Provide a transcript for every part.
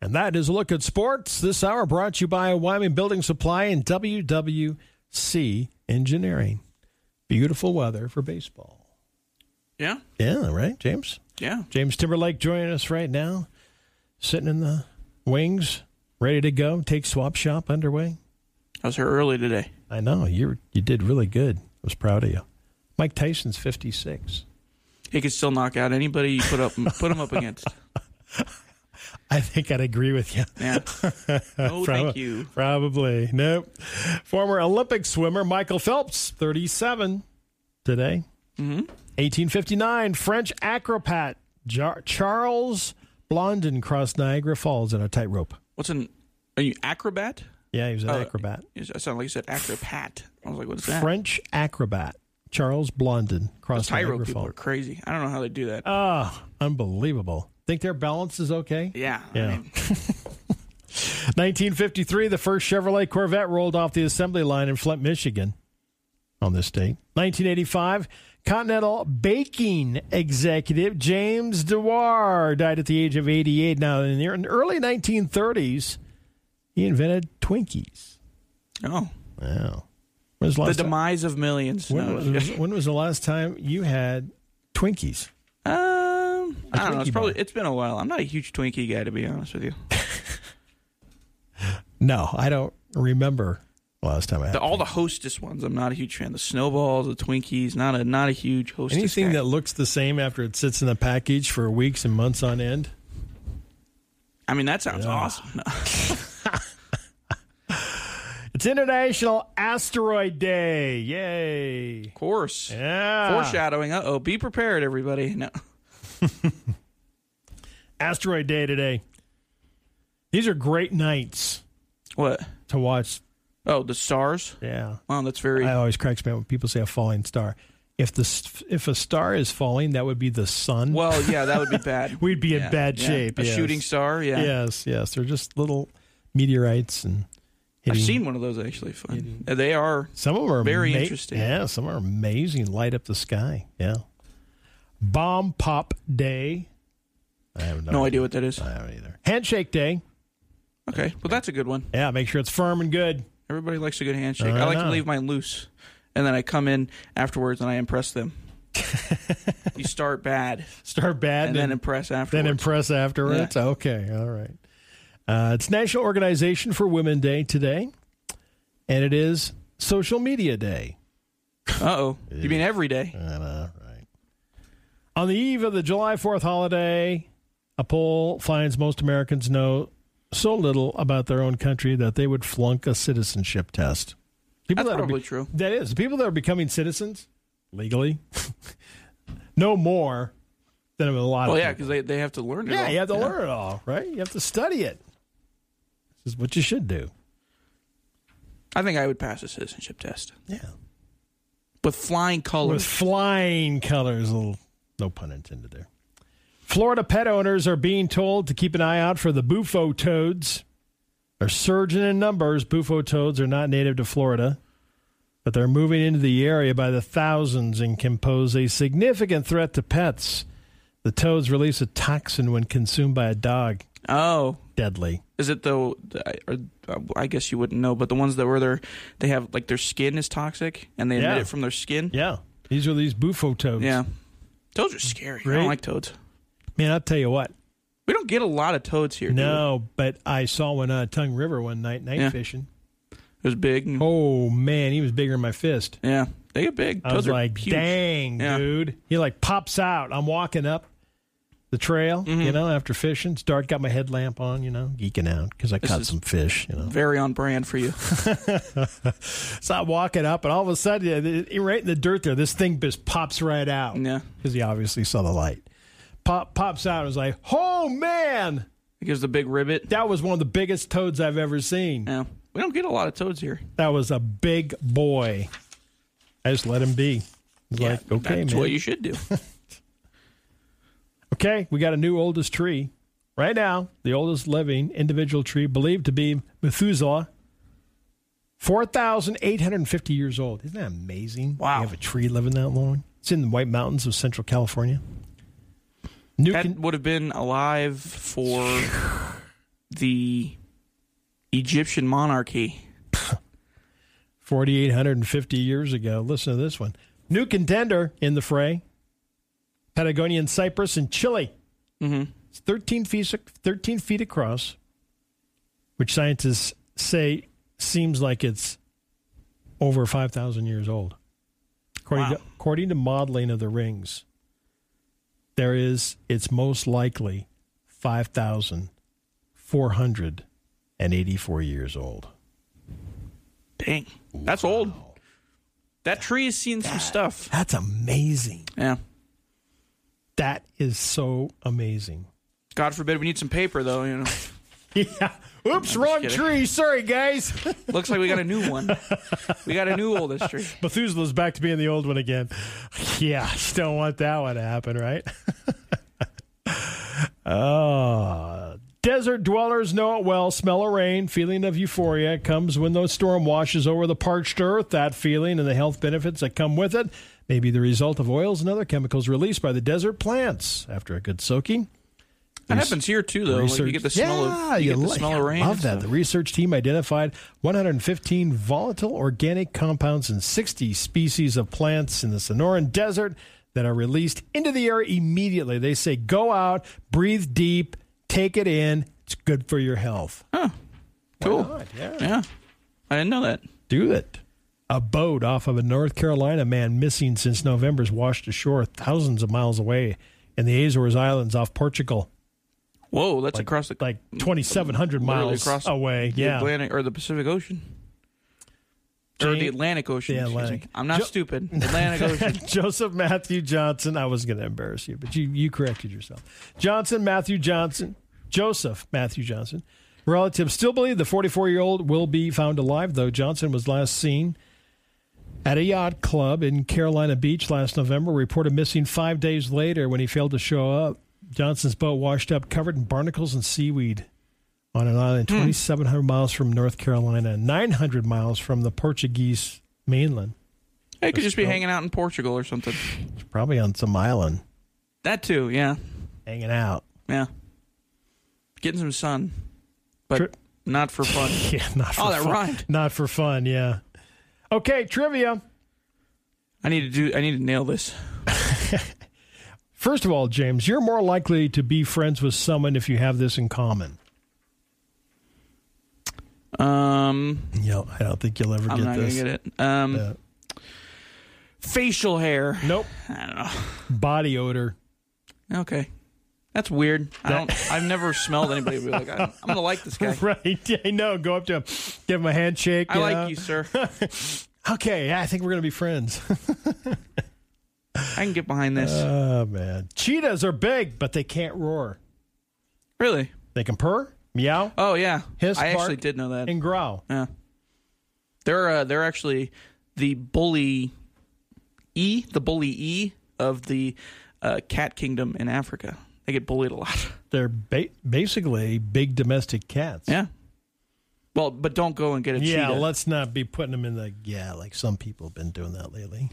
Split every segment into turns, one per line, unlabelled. And that is a look at sports. This hour brought to you by Wyoming Building Supply and WWC Engineering. Beautiful weather for baseball.
Yeah.
Yeah, right, James?
Yeah.
James Timberlake joining us right now, sitting in the wings, ready to go. Take swap shop underway.
I was here early today.
I know you you did really good. I was proud of you. Mike Tyson's fifty six.
He could still knock out anybody you put up put him up against.
I think I'd agree with you.
Yeah. No, thank you.
Probably. Nope. Former Olympic swimmer Michael Phelps, 37 today. Mm-hmm. 1859, French acrobat Jar- Charles Blondin crossed Niagara Falls on a tightrope.
What's an are you acrobat?
Yeah, he was an
Oh,
acrobat.
You s- It sounded like you said acrobat. I was like, what's that?
French acrobat Charles Blondin crossed
Tyro
Niagara
people are
Falls.
crazy. I don't know how they do that.
Oh, unbelievable. Think their balance is okay?
yeah. I
Yeah.
mean,
1953, the first Chevrolet Corvette rolled off the assembly line in Flint, Michigan on this date. 1985, Continental baking executive James DeWar died at the age of 88. Now, in the in the early 1930s, he invented Twinkies.
oh.
Wow. When was the
The
last time,
demise of millions.
when,
No,
was, when was the last time you had Twinkies?
Um, I don't know. It's
Twinkie
probably
bar.
it's been a while. I'm not a huge Twinkie guy, to be honest with you.
No, I don't remember the last time I had
The, all the Hostess ones, I'm not a huge fan. The snowballs, the Twinkies, not a not a huge Hostess.
Anything
guy.
that looks the same after it sits in the package for weeks and months on end.
I mean, that sounds awesome. No.
It's International Asteroid Day. Yay.
Of course.
Yeah.
Foreshadowing. Uh oh. Be prepared, everybody. No.
Asteroid Day today. These are great nights
What?
to watch.
Oh, the stars.
Yeah.
Wow, that's very.
I always cracks me up when people say a falling star. If the s- if a star is falling, that would be the sun.
well, yeah, that would be bad.
We'd be in
Yeah,
bad
yeah.
shape.
A
yes.
shooting star. Yeah.
Yes, yes. They're just little meteorites and
I've
hitting-
seen one of those actually. Fun. They are.
Some of them are
Very interesting.
Yeah, some are amazing. Light up the sky. Yeah. Bomb pop day. I have no,
No idea what that is.
I don't either. Handshake day.
Okay, well that's a good one.
Yeah, make sure it's firm and good.
Everybody likes a good handshake.
I
I like
know.
to leave mine loose, and then I come in afterwards and I impress them. you start bad
Start bad
and,
and,
then
then,
impress afterwards.
impress afterwards. Okay, all right. Uh, it's National Organization for Women Day today, and it is Social Media Day.
uh oh, you mean every day?
I know, uh, right. On the eve of the July 4th holiday, a poll finds most Americans know so little about their own country that they would flunk a citizenship test. People that
That's
are
probably true.
That is. People that are becoming citizens legally know more than a lot
Well,
of
yeah,
people.
because they, they have to learn. It
Yeah,
all.
you have to learn it all, right? You have to study it. This is what you should do.
I think I would pass a citizenship test
Yeah.
with flying
with
colors.
flying colors. Little, no pun intended there. Florida pet owners are being told to keep an eye out for the bufo toads. They're surging in numbers. Bufo toads are not native to Florida, but they're moving into the area by the thousands and can pose a significant threat to pets. The toads release a toxin when consumed by a dog.
Oh,
Deadly.
is it though? I- Or, uh, I guess you wouldn't know, but the ones that were there, they have like their skin is toxic and they
Yeah.
emit it from their skin.
Yeah. These are these bufo toads.
Yeah. Toads are scary. I
Right.
don't like toads.
Man, I'll tell you what.
We don't get a lot of toads here. do we?
No, but I saw one on Tongue River one night, night
Yeah.
fishing.
It was big. and-
Oh man, he was bigger than my fist.
Yeah, they get big.
I was
Toads are
like,
huge.
dang,
Yeah.
dude. He like pops out. I'm walking up the trail, you know, after fishing. It's dark, got my headlamp on, you know, geeking out because I caught
is-
some fish, you know.
Very on brand for you.
So I'm walking up, and all of a sudden, yeah, th- it- right in the dirt there, this thing just pops right out.
Yeah.
Because he obviously saw the light. Pop, pops out and was like, oh man,
It gives the big ribbit.
that was one of the biggest toads I've ever seen.
Yeah. We don't get a lot of toads here.
That was a big boy. I just let him be. I was like, okay,
That's
man.
what you should do.
Okay, we got a new oldest tree. Right now, the oldest living individual tree believed to be Methuselah, 4,850 years old. Isn't that amazing?
Wow.
You have a tree living that long. It's in the White Mountains of Central California. New
That
con-
would have been alive for the Egyptian monarchy.
4,850 years ago. Listen to this one. New contender in the fray Patagonian cypress and Chile.
Mm-hmm.
It's 13 feet, 13 feet across, which scientists say seems like it's over 5,000 years old. According,
Wow.
to, according to modeling of the rings, there is, it's most likely 5,484 years old.
Dang, that's old. That tree has seen some stuff.
That's amazing.
Yeah.
That is so amazing.
God forbid we need some paper though. You know,
Yeah. Oops, wrong
kidding.
tree. Sorry, guys.
looks like we got a new one. We got a new oldest tree.
Methuselah's back to being the old one again. Yeah, I just don't want that one to happen, right? oh. Desert dwellers know it well. Smell of rain, feeling of euphoria comes when the storm washes over the parched earth. That feeling and the health benefits that come with it may be the result of oils and other chemicals released by the desert plants after a good soaking.
That happens here too, though. Like, you get the smell
yeah,
of you, get the
lo-
smell of
yeah,
rain.
Love that. The research team identified 115 volatile organic compounds and 60 species of plants in the Sonoran Desert that are released into the air immediately. They say go out, breathe deep, take it in. It's good for your health.
Cool.
Why not? Yeah.
Yeah, I didn't know that.
Do it. A boat off of a North Carolina man missing since November is washed ashore thousands of miles away in the Azores Islands off Portugal,
Whoa, that's across the
like 2,700
literally
miles
across
away.
the
yeah.
Atlantic or the Pacific Ocean. Or
Jane-
the Atlantic Ocean.
The
excuse me.
Atlantic.
I'm not
Jo-
stupid. Atlantic Ocean.
Joseph Matthew Johnson. I was going to embarrass you, but you, you corrected yourself. Johnson, Matthew Johnson, Joseph Matthew Johnson. Relatives still believe the 44 year old will be found alive, though Johnson was last seen at a yacht club in Carolina Beach last November, reported missing five days later when he failed to show up. Johnson's boat washed up, covered in barnacles and seaweed on an island 2,700 miles from North Carolina, 900 miles from the Portuguese mainland.
I could just be
Nope.
hanging out in Portugal or something.
Probably on some island,
That too. Yeah,
hanging out.
yeah. Getting some sun, but
Tri-
not for fun.
Yeah, not for
Oh, that
fun.
rhymed.
Not for fun. Yeah. Okay, trivia.
I need to do. I need to nail this.
First of all, James, you're more likely to be friends with someone if you have this in common.
Um,
No, I don't think you'll ever
I'm
get
not
this.
gonna get it. Um,
Yeah.
facial hair.
Nope.
I don't
Body odor.
know. Okay, that's weird. I don't. I've never smelled anybody be like, I'm, I'm gonna like this guy.
Right. Yeah, I know. Go up to him, give him a handshake.
I
know.
like you, sir.
Okay, yeah, I think we're gonna be friends.
I can get behind this.
oh man, cheetahs are big, but they can't roar.
really?
They can purr, meow,
Oh yeah.
Hiss,
I actually
bark,
did know that.
and growl.
Yeah. They're uh, they're actually the bully E, the bully E of the uh, cat kingdom in Africa. They get bullied a lot.
They're ba- basically big domestic cats.
yeah. Well, but don't go and get a
Yeah,
cheetah.
let's not be putting them in the yeah, like some people have been doing that lately.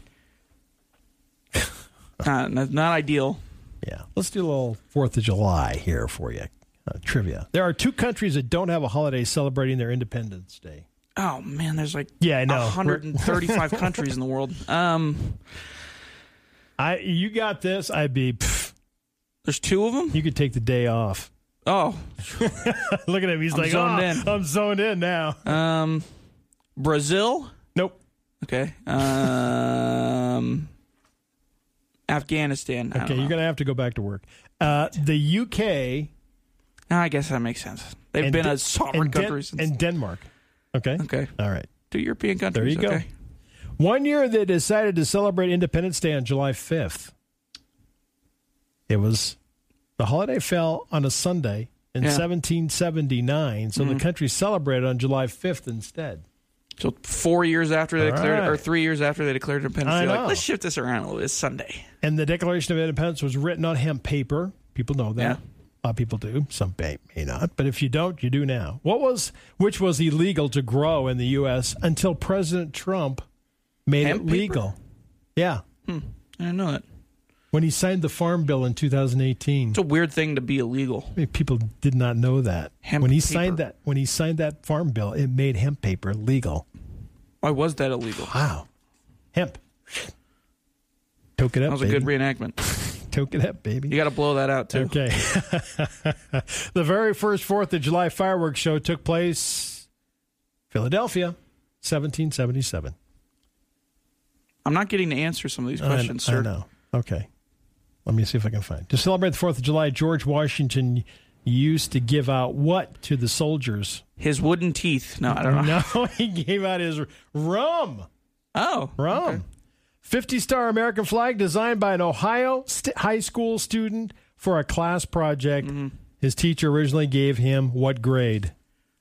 Not, not, not ideal.
Yeah, let's do a little Fourth of July here for you. Uh, trivia: There are two countries that don't have a holiday celebrating their Independence Day.
Oh man, there's like
Yeah, I know.
135 countries in the world. Um,
I you got this. I'd be. Pff,
there's two of them.
you could take the day off.
Oh,
Look at him. He's
I'm
like,
zoned
"Ah,
in."
I'm zoned in now.
um, Brazil.
Nope.
Okay. Um, Afghanistan.
Okay,
I don't know.
you're gonna have to go back to work. Uh, the UK
No, I guess that makes sense. They've
and
been
Den-
a sovereign
and Den-
country since.
and Denmark. Okay.
okay,
All right.
two European
There
countries.
you go.
okay.
One year they decided to celebrate Independence Day on July 5th. It was the holiday fell on a Sunday in
Yeah. Mm-hmm.
1779, so the country celebrated on July 5th instead.
So four years after they
All
declared,
right.
or three years after they declared independence,
I
they're
know.
like, let's shift this around a little. It's Sunday.
And the Declaration of Independence was written on hemp paper. People know that.
Yeah.
A lot of people do. Some may, may not, but if you don't, you do now. What was which was illegal to grow in the U.S. until President Trump made
Hemp
it
paper?
legal? Yeah,
Hmm, I didn't know that.
when he signed the farm bill in 2018.
It's a weird thing to be illegal.
I mean, people did not know that
Hemp
when he
paper.
signed that when he signed that farm bill, it made hemp paper legal.
Why was that illegal?
Wow, hemp. Toke it
That
up,
was a
baby.
good reenactment.
Toke it up, baby.
You got to blow that out too.
Okay. the very first Fourth of July fireworks show took place Philadelphia, 1777.
I'm not getting to answer some of these questions,
I,
sir.
I know. Okay. Let me see if I can find. To celebrate the Fourth of July, George Washington used to give out what to the soldiers?
His wooden teeth. No, I don't know.
No, he gave out his rum.
Oh,
Rum.
okay.
50 star American flag designed by an Ohio st- high school student for a class project. His teacher originally gave him what grade?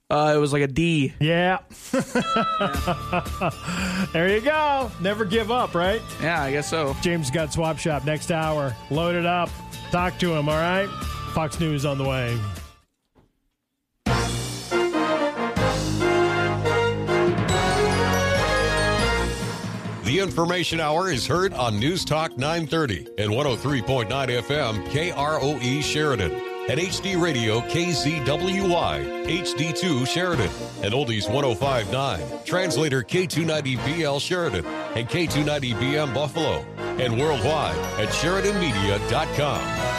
Uh, it was like a D.
Yeah. there you go. Never give up, right?
Yeah, I guess so.
James Gunn Swap Shop next hour. Load it up. Talk to him, all right? Fox News on the way.
The Information Hour is heard on News Talk 930 and 103.9 FM KROE E Sheridan. And HD Radio KZWY, HD2 Sheridan, and Oldies 1059, Translator K290BL Sheridan, and K290BM Buffalo, and worldwide at SheridanMedia.com.